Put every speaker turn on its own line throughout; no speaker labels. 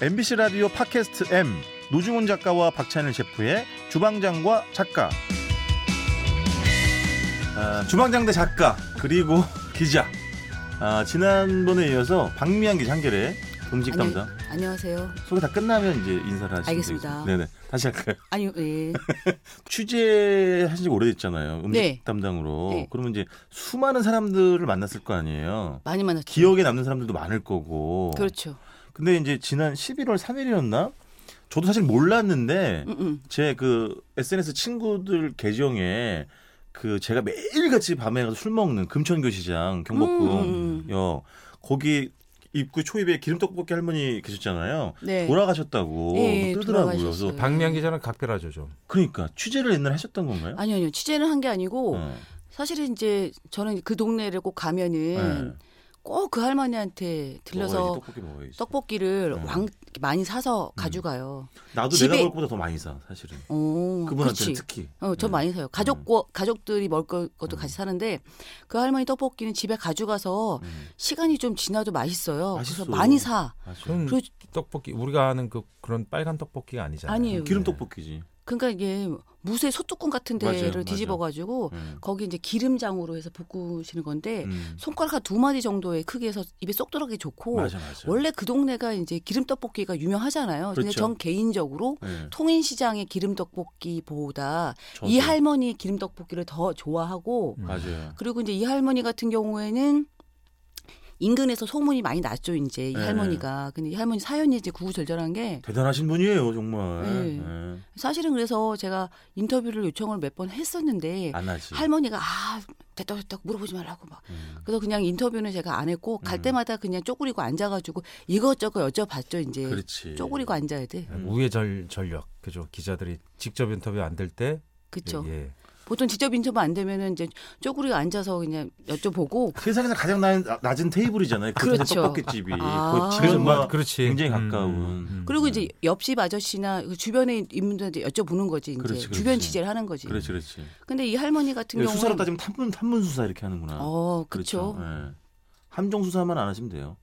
MBC 라디오 팟캐스트 M 노중훈 작가와 박찬일 셰프의 주방장과 작가 아, 주방장 대 작가 그리고 기자 아, 지난번에 이어서 박미양 기자 한결의 음식
안녕-
담당
안녕하세요.
소개 다 끝나면 이제 인사를 하시면
아, 네. 알겠습니다.
되겠습니다. 네네 다시 할까요?
아니, 예.
취재하신 지 오래됐잖아요. 음식
네.
담당으로
네.
그러면 이제 수많은 사람들을 만났을 거 아니에요.
많이 만났죠.
기억에 남는 사람들도 많을 거고.
그렇죠.
근데 이제 지난 11월 3일이었나? 저도 사실 몰랐는데
음, 음.
제 그 SNS 친구들 계정에 그 제가 매일같이 밤에 가서 술 먹는 금천교 시장 경복궁
음.
역 거기 입구 초입에 기름떡볶이 할머니 계셨잖아요.
네.
돌아가셨다고
예,
뜨더라고요. 그래서
돌아가셨어요.
박미양 기자는 각별하죠 좀.
그러니까 취재를 옛날에 하셨던 건가요?
아니요, 아니요. 취재는 한 게 아니고
어.
사실은 이제 저는 그 동네를 꼭 가면은
네.
꼭 그 할머니한테 들려서
먹어야지, 떡볶이 먹어야지.
떡볶이를
네. 음.
왕 많이 사서 가져가요.
나도
집에-
내가 먹을 것보다 더 많이 사 사실은.
어,
그분한테 는
그렇지.
특히.
어, 저
네.
많이 사요. 가족 거, 가족들이 먹을 거- 것도 같이 사는데 그 할머니 떡볶이는 집에 가져가서
음.
시간이 좀 지나도 맛있어요.
맛있어.
그래서 많이 사.
맞아요.
그럼
그렇-
떡볶이 우리가 아는 그 그런 빨간 떡볶이가 아니잖아요.
아니에요.
기름
네.
떡볶이지.
그러니까 이게 무쇠 소뚜껑 같은
맞아요,
데를
맞아요.
뒤집어 가지고
음.
거기 이제 기름장으로 해서 볶으시는 건데
음.
손가락 한두 마디 정도의 크기에서 입에 쏙 들어가기 좋고
맞아 맞아.
원래 그 동네가 이제 기름떡볶이가 유명하잖아요. 근데
그렇죠.
전 개인적으로
네,
통인시장의 기름떡볶이보다
저도.
이 할머니의 기름떡볶이를 더 좋아하고
음.
맞아요.
그리고 이제 이 할머니 같은 경우에는 인근에서 소문이 많이 났죠. 이제 이
네.
할머니가 근데 이 할머니 사연이 이제 구구절절한 게
대단하신 분이에요 정말.
네.
네.
사실은 그래서 제가 인터뷰를 요청을 몇 번 했었는데
안 하지.
네. 할머니가 아 됐다 됐다 물어보지 말라고 막
음.
그래서 그냥 인터뷰는 제가 안 했고 갈
음.
때마다 그냥 쪼그리고 앉아가지고 이것저것 여쭤봤죠 이제
그렇지.
쪼그리고 앉아야 돼
음. 우회절 전략 그죠 기자들이 직접 인터뷰 안 될 때.
그쵸
예.
보통 직접 인터뷰 안 되면은 이제 쪼그리고 앉아서 그냥 여쭤보고
세상에서 가장 낮은, 낮은 테이블이잖아요. 그
그렇죠.
떡볶이 집이.
아.
거의
그래서
집에서
그런
막
맛, 그렇지.
굉장히
음,
가까운.
음.
네.
그리고 이제 옆집 아저씨나 그 주변에 있는 분들한테 여쭤보는 거지 이제
그렇지,
주변
그렇지.
취재를 하는 거지
그렇지 그렇지.
근데 이 할머니 같은 경우는
수사로 따지면 탐문 탐문 수사 이렇게 하는구나.
어 그렇죠
예. 함정 수사만 안 하시면 돼요.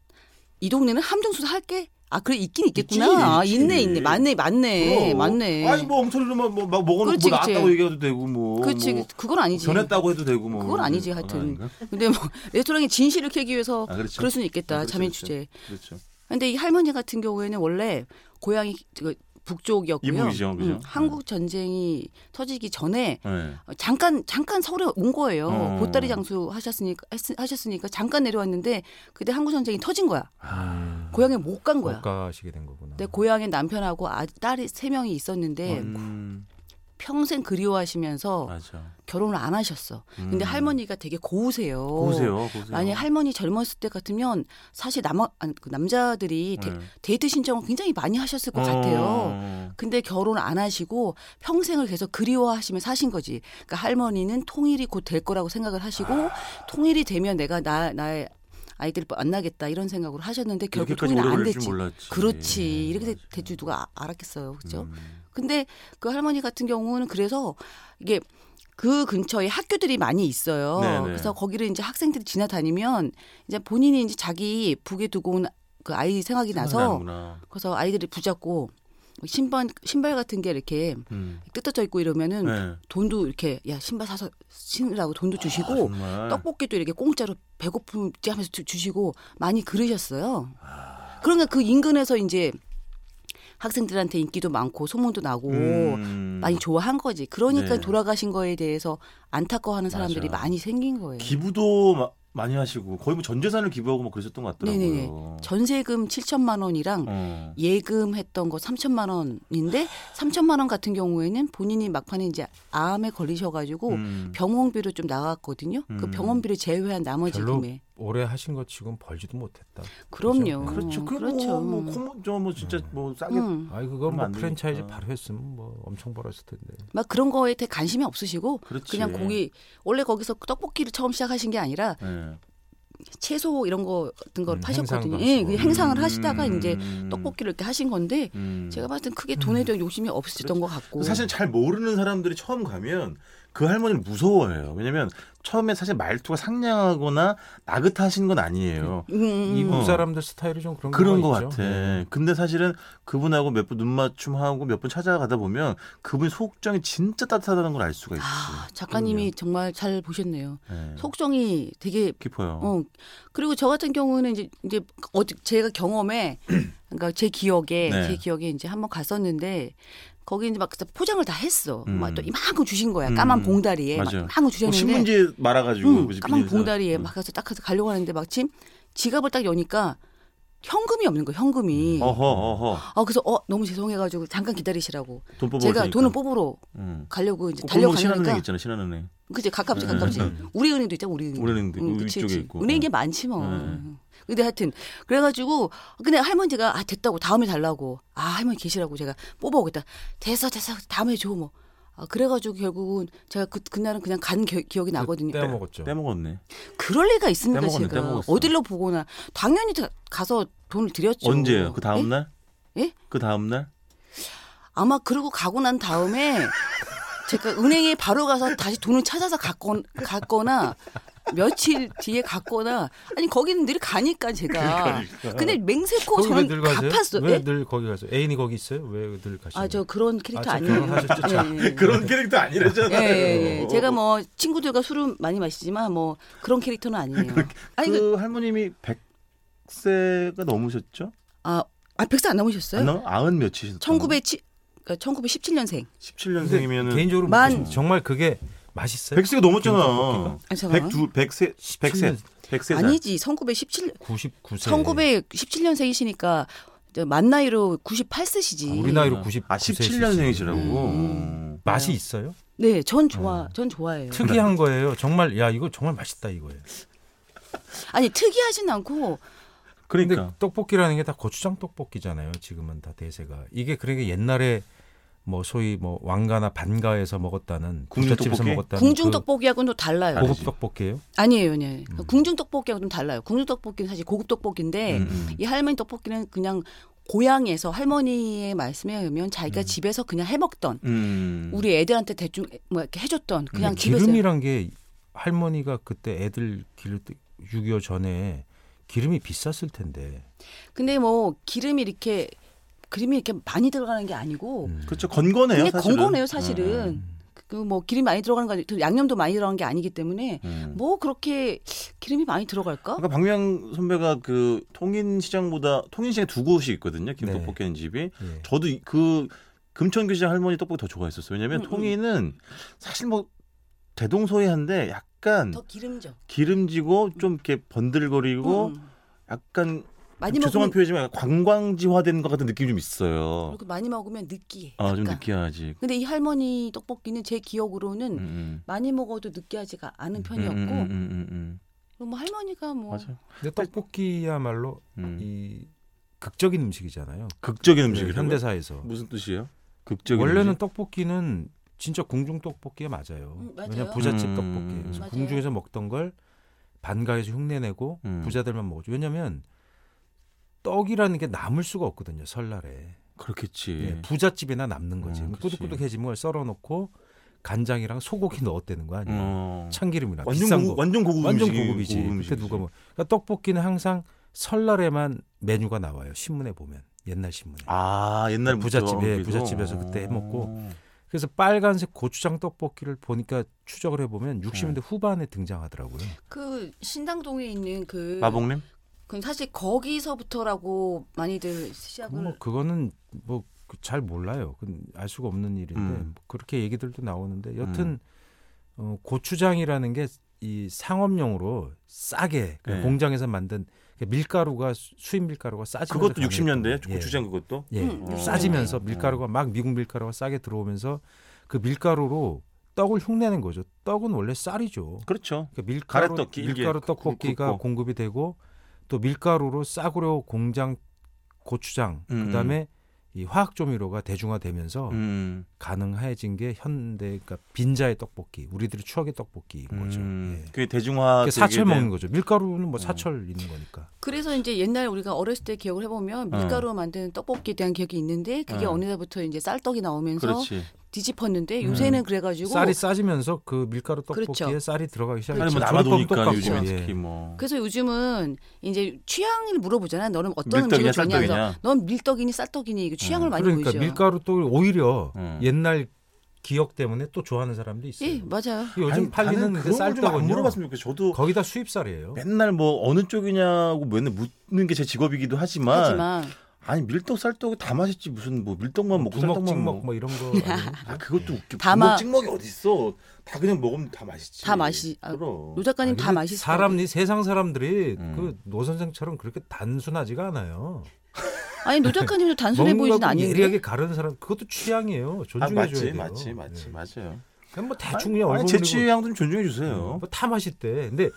이 동네는 함정수사 할게 아 그래 있긴
있지,
있겠구나
있지.
있네 있네 맞네 맞네
그럼.
맞네
아니 뭐 엉터리로만 뭐, 막 먹어놓고
그렇지,
뭐
그렇지.
나왔다고 얘기해도 되고 뭐,
그렇지
뭐
그건 아니지
변했다고 해도 되고 뭐
그건 아니지, 하여튼.
아닌가?
근데 뭐 레스토랑의 진실을 캐기 위해서
아, 그렇죠.
그럴 수는 있겠다.
아, 그렇죠,
자민
그렇죠.
주제.
그렇죠.
근데 이 할머니 같은 경우에는 원래 고향이 그 북쪽이었고요. 음,
이북이죠, 그죠? 네.
한국 전쟁이 터지기 전에
네.
잠깐 잠깐 서울에 온 거예요.
어.
보따리 장수 하셨으니까 했- 하셨으니까 잠깐 내려왔는데 그때 한국 전쟁이 터진 거야.
아,
고향에 못 간 거야.
못 가시게 된 거구나.
내 고향에 남편하고 아, 딸이 세 명이 있었는데
음,
평생 그리워하시면서
맞아.
결혼을 안 하셨어. 근데
음.
할머니가 되게 고우세요.
보세요, 보세요.
만약 할머니 젊었을 때 같으면 사실 그 남, 남자들이 데,
네.
데이트 신청을 굉장히 많이 하셨을 것 같아요.
어.
근데 결혼 안 하시고 평생을 계속 그리워하시며 사신 거지. 그러니까 할머니는 통일이 곧 될 거라고 생각을 하시고
아.
통일이 되면 내가 나 나의 아이들을 만나겠다 이런 생각으로 하셨는데 그러니까 결국
이렇게까지
통일이
오래
안
걸릴
됐지.
줄 몰랐지. 네,
그렇지. 이렇게
맞아.
대주 누가 아- 알았겠어요. 그렇죠?
음.
근데 그 할머니 같은 경우는 그래서 이게 그 근처에 학교들이 많이 있어요.
네네.
그래서 거기를 이제 학생들이 지나다니면 이제 본인이 이제 자기 북에 두고 온 그 아이 생각이 나서
생각나는구나.
그래서 아이들이 붙잡고 신발 신발 같은 게 이렇게
음.
뜯어져 있고 이러면은
네.
돈도 이렇게 야 신발 사서 신으라고 돈도 주시고
아, 정말.
떡볶이도 이렇게 공짜로 배고픔지 하면서 주- 주시고 많이 그러셨어요.
아.
그러니까 그 인근에서 이제 학생들한테 인기도 많고 소문도 나고
음.
많이 좋아한 거지. 그러니까
네.
돌아가신 거에 대해서 안타까워하는 사람들이
맞아.
많이 생긴 거예요.
기부도 마- 많이 하시고 거의 뭐 전 재산을 기부하고 막 그러셨던 것 같더라고요.
네네네. 전세금 7천만 원이랑
어.
예금했던 거 3천만 원인데 3천만 원 같은 경우에는 본인이 막판에 이제 암에 걸리셔가지고
음.
병원비로 좀 나갔거든요.
음.
그 병원비를 제외한 나머지
별로
금액.
오래 하신 것 치곤 벌지도 못했다.
그럼요.
그렇죠. 그
그렇죠.
뭐, 뭐, 코모- 저뭐 진짜 뭐 싸게
음.
아이 그거
그러면
뭐
안
프랜차이즈
되니까.
바로 했으면 뭐 엄청 벌었을 텐데.
막 그런 거에 대해 관심이 없으시고
그렇지.
그냥 고기 원래 거기서 떡볶이를 처음 시작하신 게 아니라
네.
채소 이런 거 같은 걸
음,
파셨거든요.
행상도
예,
하시고.
그 행상을 하시다가
음.
이제 떡볶이를 이렇게 하신 건데
음. 그렇죠.
제가 봤을 땐 크게 돈에 대한 욕심이 없으셨던 것 같고
사실 잘 모르는 사람들이 처음 가면 그 할머니를 무서워해요. 왜냐면 처음에 사실 말투가 상냥하거나 나긋하신 건 아니에요.
음,
이국
어.
사람들 스타일이 좀 그런
그런 것
경우가 있죠.
같아.
네.
근데 사실은 그분하고 몇 번 눈맞춤하고 몇 번 찾아가다 보면 그분 속정이 진짜 따뜻하다는 걸 알 수가 있지.
아, 작가님이 정말 잘 보셨네요.
네.
속정이 되게
깊어요.
어 그리고 저 같은 경우는 이제 이제 어 제가 경험에 그러니까 제 기억에
네.
제 기억에 이제 한번 갔었는데 거기 이제 막 포장을 다 했어.
음.
막 또 이만큼 주신 거야. 까만
음.
봉다리에 막
맞아요.
이만큼
뭐
주셨는데
신문지 말아가지고
응,
그지,
까만
비닐에서.
봉다리에
음.
막 가서 딱 가서 가려고 하는데 마침 지갑을 딱 여니까 현금이 없는 거야. 현금이.
음. 어허 어허
아 그래서 어 너무 죄송해가지고 잠깐 기다리시라고
돈 뽑아
제가 돈을 뽑으러
음.
가려고 이제
달려가 신한은행
달려가니까
있잖아 신한은행
그치 가깝지
음,
가깝지 우리 은행도 있잖아 우리 은행 음,
우리 은행도 있고,
그치,
이쪽에
그치.
있고.
은행이 많지 뭐
음.
근데 하여튼 그래가지고 근데 할머니가 아 됐다고 다음에 달라고 아 할머니 계시라고 제가 뽑아오겠다 됐어 됐어 다음에 줘뭐 아, 그래가지고 결국은 제가 그, 그날은 그냥 간 기, 기억이 나거든요
떼어 먹었죠.
빼먹었네
그럴 리가 있습니까
빼먹었네,
제가
빼먹었어.
어디로 보거나 당연히 다- 가서 돈을 드렸죠
언제예요 그 다음
예?
날?
예?
그 다음 날?
아마 그러고 가고 난 다음에 제가 은행에 바로 가서 다시 돈을 찾아서 갔건, 갔거나 며칠 뒤에 갔거나 아니 거기는 늘 가니까 제가 근데 맹세코
그러니까. 거기 왜
어, 저는
늘 가세요?
갚았어요. 예.
왜 늘 거기 가세요? 애인이 거기 있어요? 왜 늘 가시는?
아저
거예요?
그런 캐릭터
아,
아,
저
니에요
결혼하셨죠?
음.
어,
그런 캐릭터
예,
아니라잖아요. 어.
예, 예. 제가 뭐 친구들과 술은 많이 마시지만 뭐 그런 캐릭터는 아니에요.
그러니까.
아니 그,
그 할머님이 100세가 넘으셨죠?
아, 아 백사 안 넘으셨어요?
안 넘? 아흔 몇이셨죠?
1900 치- 그러니까 1917년생.
근데
17년생이면은
개인적으로
만-
무슨- 정말 그게 맛있어요?
100세가 넘었잖아.
아니, 잠깐만.
102, 100세, 100세, 100세.
아니지 1917
99세.
1917년생이시니까 만 나이로 98세시지.
우리 나이로 99세.
아 17년생이시라고.
음.
맛이 있어요?
네, 전 좋아, 전 좋아해요.
특이한 거예요. 정말 야 이거 정말 맛있다 이거예요.
아니 특이하진 않고
근데
그러니까
떡볶이라는 게 다 고추장 떡볶이잖아요. 지금은 다 대세가 이게 그러니까 옛날에 뭐 소위 뭐 왕가나 반가에서 먹었다는
궁중
부잣집에서
떡볶이?
먹었다는
궁중
그
떡볶이하고는 또 달라요.
고-
고급 음. 떡볶이예요?
아니에요, 아니에요. 궁중 떡볶이하고 좀 달라요. 궁중 떡볶이는 사실 고급 떡볶이인데
음, 음.
이 할머니 떡볶이는 그냥 고향에서 할머니의 말씀에 의하면
음.
자기가 집에서 그냥 해먹던
음.
우리 애들한테 대충 뭐 이렇게 해줬던 그냥
근데
집에서
기름이란 게 할머니가 그때 애들 기를 때6.25 전에 기름이 비쌌을 텐데
근데 뭐 기름이 이렇게 기름이 이렇게 많이 들어가는 게 아니고
음.
그렇죠. 건건해요,
그냥
사실은.
건건해요 사실은
음.
그 뭐 기름 이 많이 들어가는 거 아니고 양념도 많이 들어가는 게 아니기 때문에
음. 음.
뭐 그렇게 기름이 많이 들어갈까?
아까 박명 선배가 그 통인시장보다 통인시장에 두 곳이 있거든요.
네.
김떡볶이는 집이.
예.
저도 이- 그 금천교시장 할머니 떡볶이 더 좋아했었어요. 왜냐면
음, 음.
통인은 사실 뭐 대동소이한데 약간
더 기름져.
기름지고 좀 이렇게 번들거리고
음.
약간
많이
죄송한
먹으면 그
표현이지만 약간 관광지화된 것 같은 느낌이 좀 있어요.
그렇게 많이 먹으면 느끼해.
아 좀
그러니까 약간.
느끼하지.
근데 이 할머니 떡볶이는 제 기억으로는
음, 음.
많이 먹어도 느끼하지가 않은 편이었고
음, 음, 음, 음, 음.
그리고 뭐 할머니가 뭐
맞아.
근데 떡볶이야말로
음.
이 극적인 음식이잖아요.
극적인
네,
음식이라고.
현대사에서
무슨 뜻이에요? 극적인
원래는
음식?
떡볶이는 진짜 궁중 떡볶이에 맞아요.
음, 맞아요.
왜냐 부잣집
음.
떡볶이. 그래서
맞아요.
궁중에서 먹던 걸 반가에서 흉내내고
음.
부자들만 먹었죠. 왜냐하면 떡이라는 게 남을 수가 없거든요. 설날에
그렇겠지.
예, 부잣집에나 남는 거지.
음, 그치.
꾸덕꾸덕해진 걸 썰어놓고 간장이랑 소고기 넣었다는 거 아니에요.
어.
참기름이랑
완전
비싼
고급,
거.
완전 고급
완전
음식이-
고급이지.
고급
그때
음식이지.
누가 뭐 그러니까 떡볶이는 항상 설날에만 메뉴가 나와요. 신문에 보면 옛날 신문에.
아 옛날 음.
부잣집에, 부잣집에서 그때 해먹고. 그래서 빨간색 고추장 떡볶이를 보니까 추적을
네.
해보면 60년대 후반에 등장하더라고요.
그 신당동에 있는 그
마봉님
그 사실 거기서부터라고 많이들
그
시작을
뭐 그거는 뭐 잘 몰라요. 그건 알 수가 없는 일인데
음.
뭐 그렇게 얘기들도 나오는데 여튼 어, 고추장이라는 게 이 상업용으로 싸게 그
네.
공장에서 만든 그 밀가루가 수- 수입 밀가루가 싸지면서
그것도
가능했던
60년대
거예요.
고추장 그것도
예, 예.
음,
어.
싸지면서
음.
밀가루가 막 미국 밀가루가 싸게 들어오면서 그 밀가루로 떡을 흉내는 거죠. 떡은 원래 쌀이죠.
그렇죠.
그러니까 밀가루
가래떡 길게
밀가루
굽-
떡볶이가
굽고.
공급이 되고 또 밀가루로 싸구려 공장 고추장
음.
그다음에 이 화학 조미료가 대중화되면서
음. 가능해진
가능해진 게 현대 그러니까 빈자의 떡볶이 우리들의 추억의 떡볶이인 거죠.
음.
예.
그게 어. 대중화
그게 사철
되게
먹는 거죠. 밀가루는 뭐 사철 있는 거니까.
그래서 이제 옛날 우리가 어렸을 때 기억을 해보면 밀가루로 만든 떡볶이에 대한 기억이 있는데 그게
어.
어. 느날부터 이제 쌀떡이 나오면서
그렇지.
뒤집었는데
음.
요새는 그래가지고
쌀이 싸지면서 그 밀가루 떡볶이에
뭐 그렇죠.
쌀이 들어가기 시작해요.
아니 뭐 남아도니까 요즘에
예.
특히 뭐
그래서 요즘은 이제 취향을 물어보잖아. 너는 어떤
밀떡이냐
음식을 좋냐? 그래서
쌀떡이냐.
넌 밀떡이니 쌀떡이니 이거 취향을 많이
그러니까
보이죠.
밀가루 떡을 오히려
음.
옛날 기억 때문에 또 좋아하는 사람도 있어요.
예, 맞아요.
그 요즘
아니, 나는
팔리는 그
그런 걸좀
쌀떡은요.
안 물어봤으면 좋겠어요. 저도
거기다 수입쌀이에요.
맨날 뭐 어느 쪽이냐고 맨날 묻는 게 제 직업이기도 하지만,
하지만
아니 밀떡 쌀떡 다 맛있지 무슨 뭐 밀떡만 먹고
두먹
쌀떡만
찍먹
먹고
뭐 이런 거. 아니에요?
아 그것도 웃겨.
다
부먹
마-
찍먹이 어디 있어? 다 그냥 먹으면 다 맛있지.
다 맛이- 아,
그럼.
노 작가님
아니,
다 맛있어요.
사람이 세상 사람들이
음.
그노 선생처럼 그렇게 단순하지가 않아요.
아니 노 작가님도 단순해 보이진
먹는 거하고 예리하게
않은데
가르는 사람 그것도 취향이에요.
아,
존중해 줘야
맞지,
돼요. 네.
맞지, 맞지, 맞아요.
그냥 뭐 대충 그냥
아니,
얼굴
제
그리고 음,
취향 좀 존중해 주세요.
뭐다 맛있대. 근데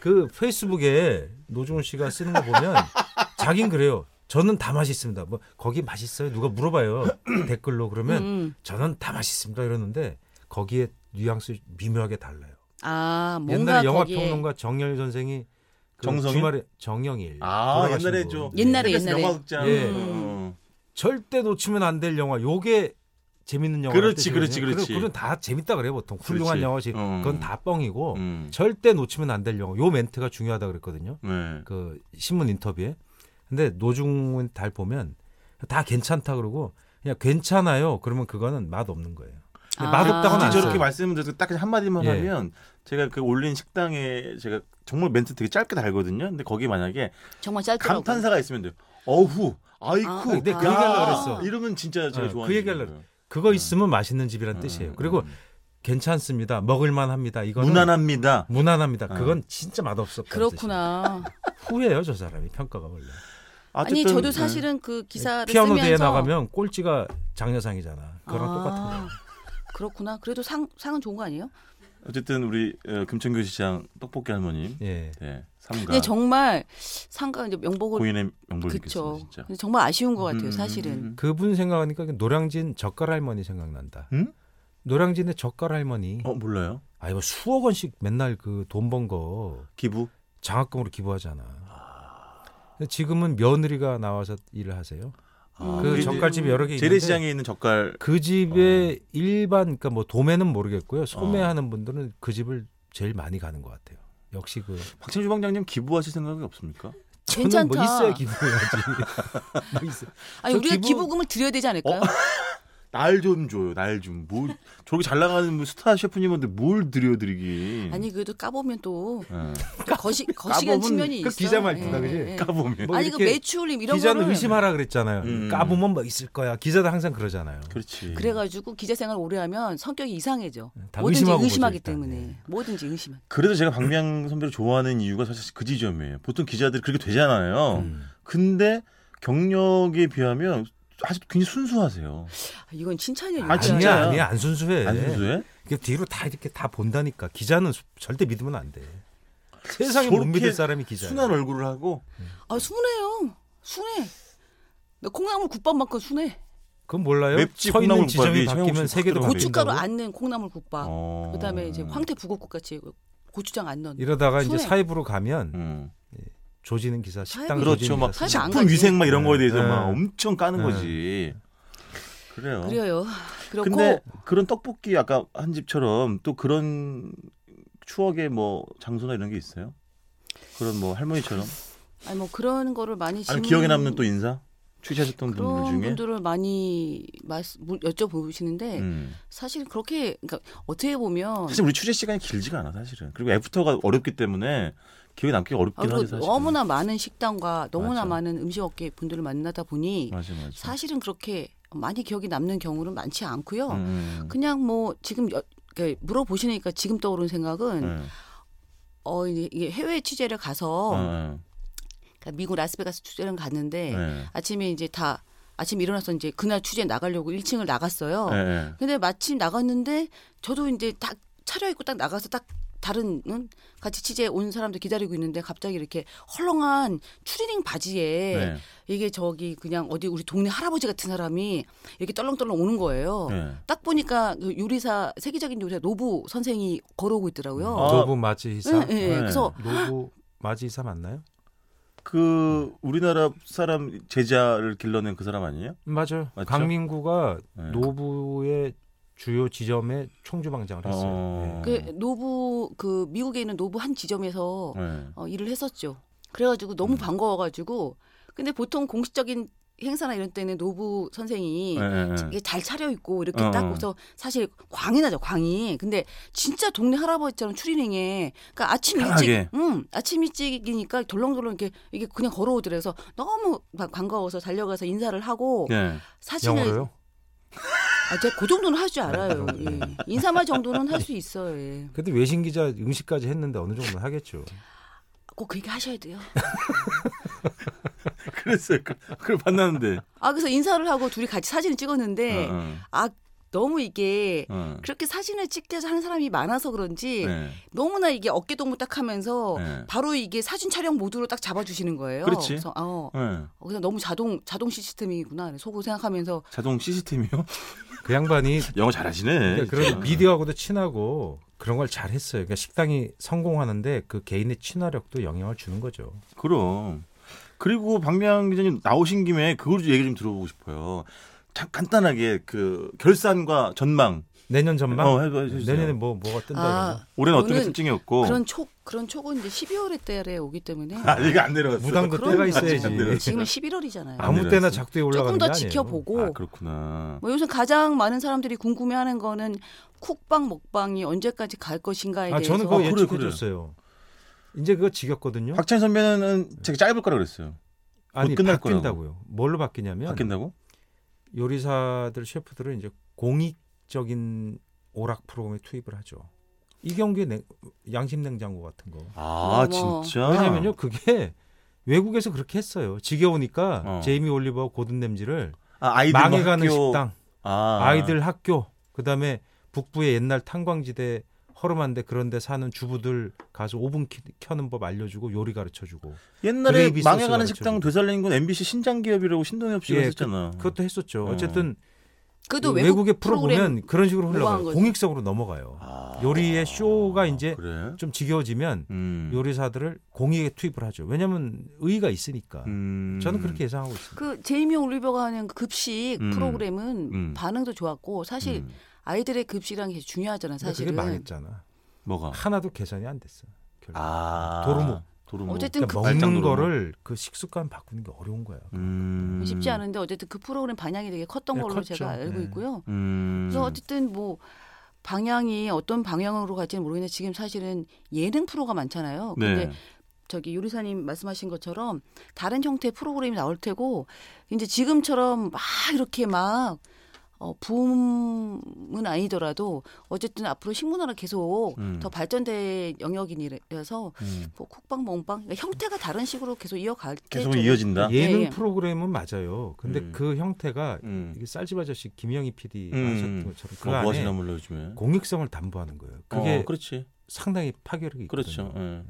그 페이스북에 노종훈 씨가 쓰는 거 보면 자긴 그래요. 저는 다 맛있습니다. 뭐 거기 맛있어요? 누가 물어봐요. 댓글로 그러면
음.
저는 다 맛있습니다 이러는데 거기에 뉘앙스 미묘하게 달라요.
아 뭔가
옛날에 영화
거기에
평론가 정열 선생이 그
정성일?
주말에 정영일
아
돌아가신
옛날에
분.
저
옛날에,
KBS
옛날에. 음.
영화극장.
예.
어.
절대 놓치면 안 될 영화. 요게 재밌는 영화.
그렇지, 그렇지, 그렇지.
그건 다 재밌다 그래 보통 훌륭한
그렇지.
영화지.
음.
그건 다 뻥이고
음.
절대 놓치면 안 될 영화. 요 멘트가 중요하다 그랬거든요.
네.
그 신문 인터뷰에. 근데 노중훈 달 보면 다 괜찮다 그러고 그냥 괜찮아요. 그러면 그거는 맛 없는 거예요. 근데
아.
맛없다고는 안
굳이
알았어요.
저렇게 말씀드려서 딱 한 마디만
예.
하면 제가 그 올린 식당에 제가 정말 멘트 되게 짧게 달거든요. 근데 거기 만약에
정말 짧더라고.
감탄사가 있으면 돼요. 어후, 아이쿠,
아,
근데 그
야,
얘기하려고 그랬어.
이러면 진짜 제가
어,
좋아하는
그 얘기하려고
음.
그거 있으면 맛있는 집이란 뜻이에요. 그리고 괜찮습니다. 먹을만 합니다. 이거는
무난합니다.
합니다
아.
그건 진짜 맛없어.
그렇구나.
후예요, 저 사람이 평가가 원래.
아니
어쨌든,
저도
네.
사실은 그 기사를
피아노
쓰면서
대회 나가면 꼴찌가 장려상이잖아. 그거랑
아,
똑같은 거야.
그렇구나. 그래도 상 상은 좋은 거 아니에요?
어쨌든 우리 어, 금천교 시장 떡볶이 할머님,
예.
네, 삼가
근데 정말 상가 이제 명복을
고인의 명복을
그쵸.
겠습니다 진짜.
근데 정말 아쉬운 것 같아요,
음, 음,
사실은.
음.
그분 생각하니까 노량진 젓갈 할머니 생각난다.
음?
노량진의 젓갈 할머니.
어 몰라요?
아 이거 수억 원씩 맨날 그 돈 번 거
기부?
장학금으로 기부하잖아. 근데 지금은 며느리가 나와서 일을 하세요.
아,
그
우리
젓갈집이 여러 개 있는데
재래시장에 있는 젓갈
그 집의
어.
일반 그러니까 뭐 도매는 모르겠고요. 소매하는 분들은 그 집을 제일 많이 가는 것 같아요. 역시 그
박찬 주방장님 기부하실 생각이 없습니까?
저는 뭐
괜찮다.
있어야 기부해야지. 뭐 있어.
아니
저
우리가
기부- 어?
기부... 금을 드려야 되지 않을까요?
날 좀 줘요, 날 좀. 뭐 저렇게 잘 나가는 뭐 스타 셰프님한테 뭘 드려드리긴?
아니 그래도 까보면 또
예.
거시 거시기한
음. 까보면
측면이
그
있어.
기자 말투다, 그지?
까보면
뭐
아니 그
이렇게
매출 이런
기자는
거를
의심하라 그랬잖아요.
음.
까보면 뭐 있을 거야. 기자도 항상 그러잖아요.
그렇지.
그래가지고 기자 생활 오래 하면 성격이 이상해져.
음, 다
뭐든지
의심하고
의심하기
보죠, 일단.
때문에
예.
뭐든지 의심.
그래서 제가 박미양 선배를 좋아하는 이유가 사실 그 지점이에요. 보통 기자들이 그렇게 되잖아요.
음.
근데 경력에 비하면 아직도 굉장히 순수하세요.
아, 이건 칭찬이에요.
아,
진짜.
진짜요?
아니야 아니야 안 순수해.
안 순수해?
그 뒤로 다 이렇게 다 본다니까. 기자는 수- 절대 믿으면 안 돼. 세상에 못
저렇게
믿을 사람이 기자.
순한 얼굴을 하고
아 순해요. 순해. 나 콩나물 국밥만큼 순해.
그건 몰라요.
맵지
서 있는
콩나물
지점이
국밥이
바뀌면
성형수
세계도
아,
고춧가루
바뀐다고?
안 넣은 콩나물 국밥.
어.
아, 그다음에 이제 황태 북어국 같이 고추장 안 넣은.
이러다가 이제
순해.
사입으로 가면
음.
조지는 기사 식당
사입-
그렇죠.
조지는
막
기사.
사실 안
식품
가지.
위생 막 이런 거에 대해서
네.
막 엄청 까는
네.
거지. 그래요.
그래요. 그렇고
근데 그런 떡볶이 아까 한 집처럼 또 그런 추억의 뭐 장소나 이런 게 있어요? 그런 뭐 할머니처럼
아니 뭐 그런 거를 많이
아니
질문-
기억에 남는 또 인사 취재하셨던
그런
분들 중에
분들을 많이 말씀 물- 여쭤보시는데
음.
사실 그렇게 그러니까 어떻게 보면
사실 우리 취재 시간이 길지가 않아 사실은 그리고 애프터가 어렵기 때문에 기억에 남기 가
아,
어렵긴
그리고
하지 사실
너무나 많은 식당과 너무나
맞아.
많은 음식업계 분들을 만나다 보니
맞아 맞아
사실은 그렇게 많이 기억이 남는 경우는 많지 않고요.
음.
그냥 뭐 지금 여- 이렇게 물어보시니까 지금 떠오른 생각은
음.
어 이제 이게 해외 취재를 가서
음.
그러니까 미국 라스베가스 취재를 갔는데
네.
아침에 이제 다 아침에 일어나서 이제 그날 취재 나가려고 1층을 나갔어요.
네, 네.
근데 마침 나갔는데 저도 이제 딱 차려입고 딱 나가서 딱 다른 응? 같이 취재 온 사람들 기다리고 있는데 갑자기 이렇게 헐렁한 추리닝 바지에
네.
이게 저기 그냥 어디 우리 동네 할아버지 같은 사람이 이렇게 떨렁떨렁 오는 거예요.
네.
딱 보니까 그 요리사 세계적인 요리사 노부 선생이 걸어오고 있더라고요.
아,
노부 마지사.
예, 예.
네.
그래서
노부 마지사 맞나요?
그 우리나라 사람 제자를 길러낸 그 사람 아니에요?
맞아요.
맞죠?
강민구가
네.
노부의 주요 지점에 총주방장을 했어요. 네.
어.
그 노부 그 미국에 있는 노부 한 지점에서
네.
어, 일을 했었죠. 그래가지고 너무
음.
반가워가지고 근데 보통 공식적인 행사나 이런 때는 노부 선생이
네, 네.
이게 잘 차려입고 이렇게
어,
딱
어.
그래서 사실 광이 나죠 광이 근데 진짜 동네 할아버지처럼 추리닝에 그러니까 아침
편하게.
일찍 음 아침 일찍이니까 덜렁덜렁 이렇게 이게 그냥 걸어오더래서 너무 막 반가워서 달려가서 인사를 하고
네.
사진을
영어로요?
아, 제가 그 정도는 할 줄
네,
알아요 예. 인사말 정도는 할 수 있어요 예.
근데 외신 기자 음식까지 했는데 어느 정도는 하겠죠.
꼭그 얘기 하셔야 돼요
그랬어요. 그- 그걸 만났는데.
아 그래서 인사를 하고 둘이 같이 사진을 찍었는데
어, 어,
아 너무 이게
어.
그렇게 사진을 찍게 하는 사람이 많아서 그런지
네.
너무나 이게 어깨 동무 딱 하면서
네.
바로 이게 사진 촬영 모드로 딱 잡아주시는 거예요.
그렇지.
래서 어,
네.
어, 그냥 너무 자동 자동 시스템이구나 속으로 생각하면서
자동 시스템이요?
그 양반이
영어 잘하시네.
그러니까 그런
진짜.
미디어하고도 친하고 그런 걸 잘했어요. 그러니까 식당이 성공하는데 그 개인의 친화력도 영향을 주는 거죠.
그럼. 그리고 박미양 기자님 나오신 김에 그걸 좀 얘기 좀 들어보고 싶어요. 자, 간단하게 그 결산과 전망
내년 전망.
어, 해봐, 해주세요.
내년에 뭐 뭐가 뜬다 이런 거.
올해는 어떤 게
저는
특징이었고
아, 그런 촉 그런 촉은 이제 12월에 때에 오기 때문에
아, 얘가 안 내려갔어.
무당도
그럼요.
때가
네.
있어야지.
지금은 11월이잖아요.
아,
아무 때나 작두에 올라가는
조금
게
더
아니에요.
지켜보고
아, 그렇구나.
뭐 요즘 가장 많은 사람들이 궁금해하는 거는 쿡방 먹방이 언제까지 갈 것인가에
아
대해서
저는 그거
아, 그래요,
예측해
그래요.
줬어요. 이제 그거 지겹거든요.
박찬희 선배는 제가 짧을 거라 그랬어요.
아니
끝날
바뀐다고요. 뭘로 바뀌냐면
바뀐다고?
요리사들 셰프들은 이제 공익적인 오락 프로그램에 투입을 하죠. 이경규의 냉- 양심 냉장고 같은 거.
아,
어머.
진짜.
왜냐면요 그게 외국에서 그렇게 했어요. 지겨우니까
어.
제이미 올리버와 고든 램지를
아, 아이들
망해가는
학교.
식당,
아,
아이들 학교, 그다음에 북부의 옛날 탄광지대 허름한데 그런데 사는 주부들 가서 오븐 키- 켜는 법 알려주고 요리 가르쳐주고
옛날에
그레이비 소스
망해가는
가르쳐
식당
주고.
되살린 건 MBC 신장 기업이라고 신동엽 씨가
예,
했잖아.
그것도 했었죠.
어.
어쨌든
그래도
이
외국
외국의 프로 보면 그런 식으로
오버한
흘러가요.
거죠.
공익적으로 넘어가요.
아,
요리의 쇼가 이제
그래.
좀 지겨워지면
음.
요리사들을 공익에 투입을 하죠. 왜냐하면 의의가 있으니까.
음.
저는 그렇게 예상하고 있습니다.
그 제이미 올리버가 하는 그 급식
음.
프로그램은
음.
되게 좋았고 사실
음.
아이들의 급식이라는 게 중요하잖아요.
근데 그게
사실은 음.
망했잖아.
뭐가?
하나도 계산이 안 됐어. 결국.
아.
도루묵.
도루묵.
어쨌든
그러니까
그
먹는
발장도로.
거를 그 식습관 바꾸는 게 어려운 거야.
음.
쉽지 않은데 어쨌든 그 프로그램 반향이 되게 컸던
네,
걸로
컸죠.
제가 알고
네.
있고요.
음.
그래서 어쨌든 뭐 방향이 어떤 방향으로 갈지는 모르겠는데 지금 사실은 예능 프로가 많잖아요. 근데
네.
저기 요리사님 말씀하신 것처럼 다른 형태의 프로그램이 나올 테고 이제 지금처럼 막 이렇게 막 어, 붐은 아니더라도 어쨌든 앞으로 식문화가 계속
음.
더 발전된 영역이라서
음.
뭐 쿡방 멍방 그러니까 형태가 다른 식으로 계속 이어갈 게
계속
좀-
이어진다.
그러니까 예능
예, 예.
프로그램은 맞아요. 근데
음.
그 형태가
음.
이게 쌀집 예, 아저씨 김영희 PD가
음.
하셨던 것처럼 그
뭐
안에
하시나 몰라 요즘에.
공익성을 담보하는 거예요. 그게
어, 그렇지.
상당히 파괴력이 있거든요.
그렇죠. 예.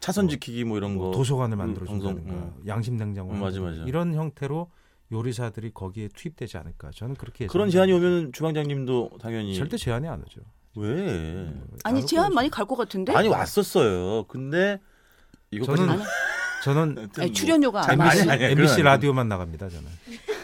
차선 지키기 뭐 이런 거.
뭐 도서관을
음,
만들어 준다든가
방송,
양심 냉장고
음, 맞아, 맞아.
이런 형태로 요리사들이 거기에 투입되지 않을까 저는 그렇게
그런
예상합니다.
제안이 오면 주방장님도 당연히
뭐 절대 음. 제한이 안 오죠.
왜?
아니
나올
제한
거죠.
많이 갈 것 같은데
아니 왔었어요. 근데 이거까지 뭐
저는- 저는
아니, 출연료가
잘
아마
많이
아니,
아니, 아니,
MBC
그건
라디오만 나갑니다 저는.
아니고. 뭐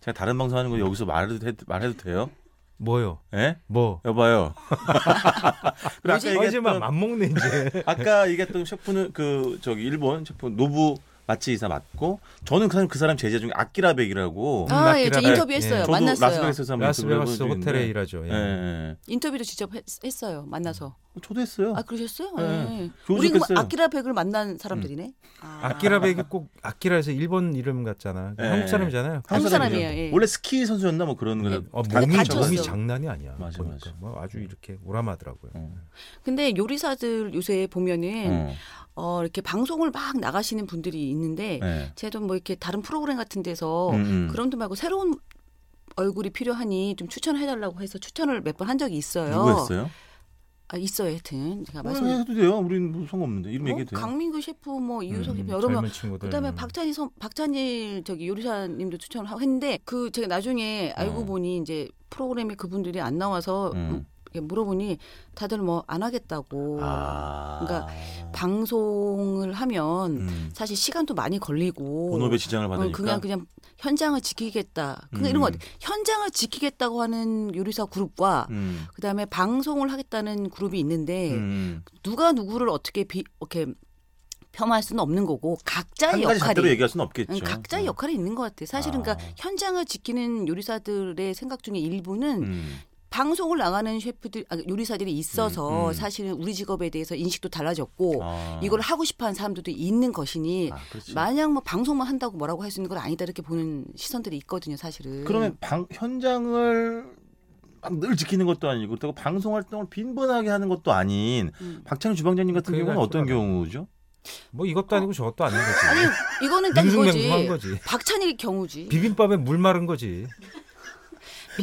제가 다른 방송 하는 거 여기서 말해도 돼- 말해도 돼요?
뭐요?
예?
뭐?
여봐요. 그리고 아까
하지만
얘기했던
맘먹네 이제.
아까 얘기했던 셰프는 그 저기 일본 셰프 노부 마치이사 맞고 저는 그 사람 그 사람 제자 중에 아키라백이라고
아, 예, 저
라스베가스.
인터뷰했어요.
예.
저도
만났어요.
라스베가스에서 한번
라스베가스
인터뷰를 해본 적이
호텔에
있는데.
일하죠. 예.
예.
인터뷰도 직접 했, 어요 만나서
예. 저도 했어요.
아 그러셨어요?
네.
예. 우리 그
교직했어요. 음.
아키라 백을 만난 사람들이네 아.
아키라백이 꼭 아키라에서 일본 이름 같잖아.
예.
한국 사람이잖아요.
한국
사람이죠.
사람이에요, 예.
원래 스키 선수였나 뭐 그런 거.
어,
근데
몸이,
다쳤어.
몸이 장난이 아니야.
맞아, 어.
보니까.
맞아.
뭐 아주 이렇게 오람하더라고요.
근데 요리사들 요새 보면은
어.
어, 이렇게 방송을 막 나가시는 분들이 있는데
예.
쟤도 뭐 이렇게 다른 프로그램 같은 데서
음, 음.
그런 데 말고 새로운 얼굴이 필요하니 좀 추천해달라고 해서 추천을 몇 번 한 적이 있어요.
누구 했어요?
아, 있어요, 하여튼. 제가
말
말씀.
해도 돼요. 우리는 뭐 상관없는데 이름
뭐,
얘기해도 돼요.
강민구 셰프, 뭐 이유석
음,
셰프 여러 명. 네.
젊은 친구들.
그다음에
음.
박찬희 선 박찬일 저기 요리사님도 추천을 하고 했는데 그 제가 나중에 알고
어.
보니 이제 프로그램에 그분들이 안 나와서
음.
이렇게 물어보니 다들 뭐 안 하겠다고.
아.
그러니까 방송을 하면
음.
사실 시간도 많이 걸리고
본업에 지장을
어,
받으니까.
그냥 그냥 현장을 지키겠다. 그러니까
음.
이런 거 같아요. 현장을 지키겠다고 하는 요리사 그룹과
음.
그다음에 방송을 하겠다는 그룹이 있는데
음.
누가 누구를 어떻게 비 이렇게 폄하할 수는 없는 거고
한
각자의
가지 잣대로
역할이
얘기할 수는 없겠죠. 음.
응, 각자의 역할이 있는 것 같아요. 사실은
아.
그러니까 현장을 지키는 요리사들의 생각 중에 일부는
음.
방송을 나가는 셰프들 아, 요리사들이 있어서
음, 음.
사실은 우리 직업에 대해서 인식도 달라졌고
아.
뭐 이걸 하고 싶어하는 사람들도 있는 것이니
아, 그렇지.
만약 뭐 방송만 한다고 뭐라고 할 수 있는 건 아니다 이렇게 보는 시선들이 있거든요 사실은.
그러면 방, 현장을 막 늘 지키는 것도 아니고 그렇다고 방송 활동을 빈번하게 하는 것도 아닌
음.
박찬희 주방장님 같은
그 얘기가
경우는 어떤
필요하다.
경우죠?
뭐 이것도 아니고 저것도 아닌
아니
거지.
이거는 딱
냉중냉중한
이거지.
거지.
박찬일 경우지.
비빔밥에 물 마른 거지.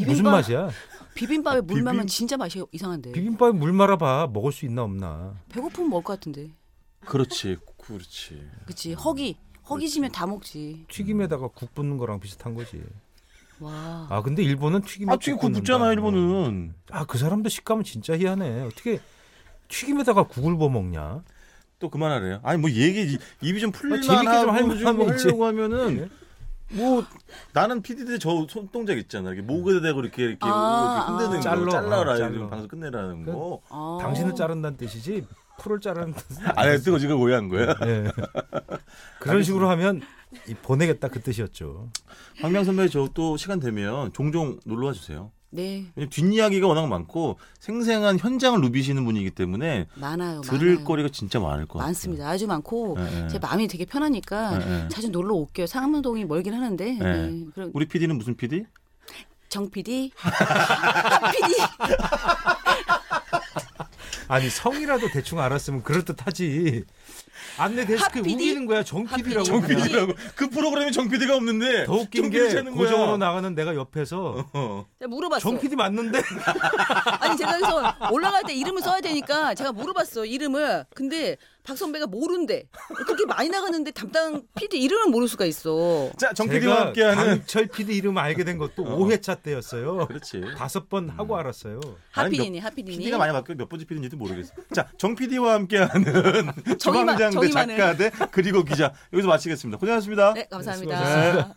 무슨
비빔밥-
맛이야?
비빔밥에 물
비빔-
마면 진짜 맛이 이상한데.
비빔밥에 물 말아봐. 먹을 수 있나 없나.
배고프면 먹을 것 같은데.
그렇지, 그렇지.
그치 허기 허기지면 다 먹지.
튀김에다가 국 붓는 거랑 비슷한 거지.
와.
아 근데 일본은 튀김에
아, 지금 국 묻잖아, 일본은.
아그 사람들 식감은 진짜 희한해. 어떻게 튀김에다가 국을 부어 먹냐?
또 그만하래요. 아니 뭐 얘기 입이 좀 풀릴만
재밌게 좀
하고
하려면
아, 좀
하면 있지.
하려고
예?
하면은 뭐 나는 PD들 저 손동작 있잖아. 이렇게 목에 대고 이렇게 이렇게,
아,
이렇게 흔드는
아.
거
잘라.
잘라라 이거
아, 잘라.
방송 끝내라는
그-
거.
아.
당신을 자른다는 뜻이지 코를 자르는 뜻은 아니야.
아니 뜨거 지금 오해한 거야.
예. 그런 식으로 하면 이 보내겠다 그 뜻이었죠.
박명 선배 저 또 시간 되면 종종 놀러 와 주세요.
네
왜냐면 뒷이야기가 워낙 많고 생생한 현장을 누비시는 분이기 때문에
어, 많아요.
들을
많아요.
거리가 진짜 많을 것 같아요.
많습니다. 아주 많고
예, 예.
제 마음이 되게 편하니까
예, 예.
자주 놀러 올게요. 상암동이 멀긴 하는데
네.
네, 그럼
우리 PD는 무슨 PD?
정 PD, 박 PD.
아니 성이라도 대충 알았으면 그럴 듯하지. 안내 데스크
핫 PD?
우기는 거야 정
핫
PD라고.
정 PD.
그 프로그램이 정 PD가 없는데
더 웃긴
정
게
찾는 거야.
고정으로 나가는 내가 옆에서
어.
제가 물어봤어.
정 PD 맞는데
아니 제가 그래서 올라갈 때 이름을 써야 되니까 제가 물어봤어 이름을. 근데 박 선배가 모른대. 그렇게 많이 나갔는데 담당 PD 이름을 모를 수가 있어.
자, 아, 정 PD와
제가
함께하는 어.
강철 PD 이름 알게 된 것도 5회차 때였어요.
그렇지. 음.
다섯 번 하고 알았어요.
아니,
하피디니 하피디니.
PD가 많이 바뀌고 몇 번째 PD인지도 모르겠어. 자, 정 PD와 함께하는
정의만-
주방장 대
정의만을.
작가 대 그리고 기자 여기서 마치겠습니다. 고생하셨습니다.
네
네,
감사합니다.
수고하셨습니다.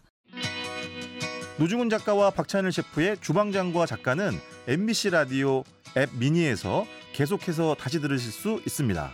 노중훈 작가와 박찬일 셰프의 주방장과 작가는 MBC 라디오 앱 미니에서 계속해서 다시 들으실 수 있습니다.